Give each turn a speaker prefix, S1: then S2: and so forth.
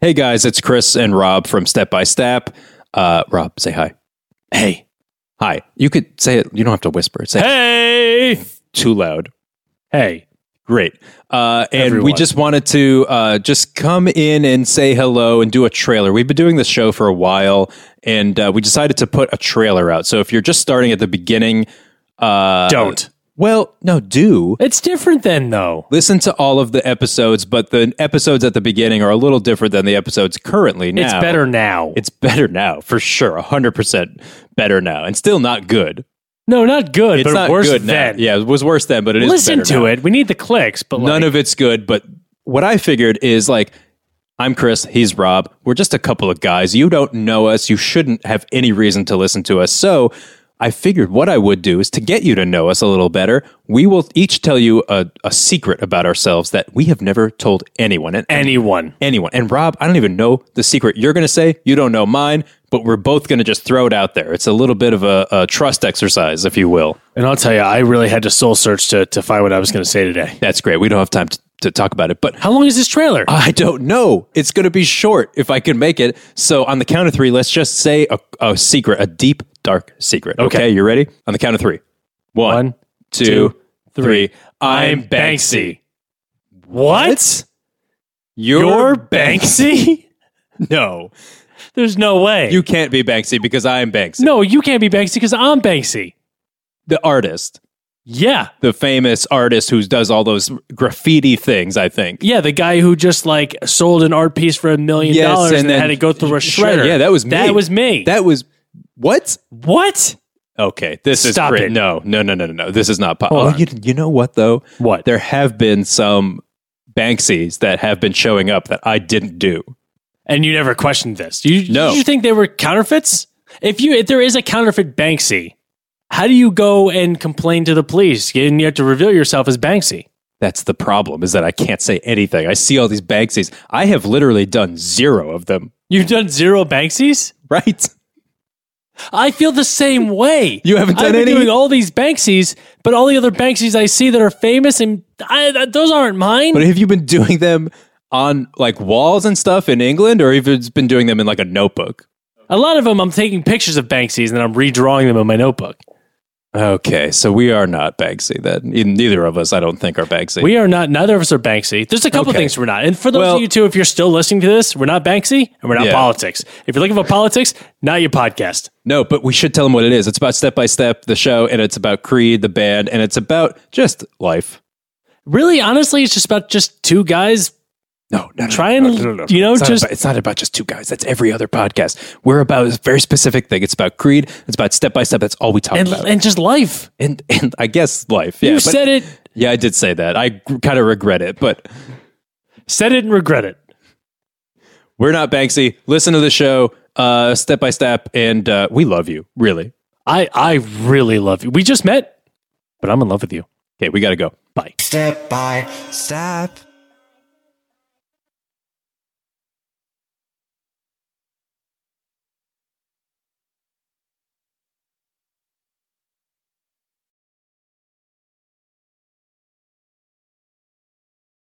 S1: Hey guys, it's Chris and Rob from Step by Step. Uh, Rob, say hi. Hey. Hi. You could say it. You don't have to whisper. Say
S2: Hey,
S1: too loud.
S2: hey,
S1: Great. Uh, and we
S2: Everyone.
S1: just wanted to uh, just come in and say hello and do a trailer. We've been doing this show for a while, and uh, we decided to put a trailer out. So if you're just starting at the beginning, uh,
S2: don't.
S1: Well, no, do.
S2: It's different then, though.
S1: Listen to all of the episodes, but the episodes at the beginning are a little different than the episodes currently now.
S2: It's better now.
S1: It's better now, for sure. 100% better now. And still not good.
S2: no, not good,
S1: It's
S2: but
S1: not
S2: worse
S1: good
S2: then.
S1: now. Yeah, it was worse then, but it is
S2: Listen
S1: better
S2: to
S1: now
S2: it. We need the clicks, but
S1: none
S2: like,
S1: of it's good. But what I figured is like, I'm Chris, he's Rob. We're just a couple of guys. You don't know us. You shouldn't have any reason to listen to us. So I figured what I would do is to get you to know us a little better. We will each tell you a, a secret about ourselves that we have never told anyone. And,
S2: anyone.
S1: anyone. And Rob, I don't even know the secret you're going to say. You don't know mine, but we're both going to just throw it out there. It's a little bit of a, a trust exercise, if you will.
S2: And I'll tell you, I really had to soul search to, to find what I was going to say today. Uh,
S1: That's great. We don't have time to, to talk about it, but
S2: How long is this trailer?
S1: I don't know. It's going to be short if I can make it. So on the count of three, let's just say a, a secret, a deep, dark secret. Okay. you ready? On the count of three. One,
S2: One.
S1: two,
S2: two,
S1: three. I'm
S2: I'm
S1: Banksy.
S2: Banksy. What? You're Banksy?
S1: No,
S2: There's no way.
S1: you can't be Banksy because I am Banksy,
S2: no, you can't be Banksy because I'm Banksy.
S1: the artist,
S2: Yeah.
S1: the famous artist who does all those graffiti things. I think.
S2: Yeah, the guy who just like sold an art piece for a million
S1: Yes,
S2: dollars
S1: and
S2: and,
S1: then
S2: had to go through a
S1: shred-
S2: shredder.
S1: yeah, that was me.
S2: That was me.
S1: That was what?
S2: what?
S1: Okay, this
S2: Stop
S1: is great.
S2: it.
S1: No, no, no, no, no, no. This is not
S2: Hold
S1: possible.
S2: on.
S1: You, you know what though?
S2: What?
S1: There have been some Banksys that have been showing up that I didn't do.
S2: And you never questioned this. You,
S1: No.
S2: Did you think they were counterfeits? If you if there is a counterfeit Banksy, how do you go and complain to the police? And you have to reveal yourself as Banksy.
S1: That's the problem is that I can't say anything. I see all these Banksys. I have literally done zero of them.
S2: You've done zero Banksies?
S1: Right?
S2: I feel the same way.
S1: You haven't done
S2: I've been
S1: any?
S2: doing all these Banksies, but all the other Banksies I see that are famous and I, th- those aren't mine.
S1: But have you been doing them on like walls and stuff in England, or have you just been doing them in like a notebook?
S2: a lot of them I'm taking pictures of Banksies and I'm redrawing them in my notebook.
S1: Okay, so we are not Banksy. Then neither of us, I don't think, are Banksy.
S2: We are not. Neither of us are Banksy. There's a couple
S1: Okay.
S2: things we're not. And for those
S1: Well-
S2: of you too, if you're still listening to this, we're not Banksy and we're not
S1: Yeah.
S2: politics. If you're looking for politics, not your podcast.
S1: No, but we should tell them what it is. It's about Step by Step, the show, and it's about Creed, the band, and it's about just life.
S2: Really, honestly, it's just about just two guys.
S1: No, no, no.
S2: Try and, you know,
S1: it's not
S2: just-
S1: about- it's not about just two guys. That's every other podcast. We're about a very specific thing. It's about Creed. It's about Step by Step. That's all we talk
S2: And,
S1: about.
S2: and just life.
S1: And, and I guess life. Yeah,
S2: you
S1: but-
S2: said it,
S1: Yeah, I did say that. I kind of regret it, but
S2: said it, and regret it.
S1: we're not Banksy. Listen to the show, uh, Step by Step, and uh, we love you, really.
S2: I I really love you. We just met, but I'm in love with you.
S1: Okay, we got to go.
S2: Bye.
S3: Step by step,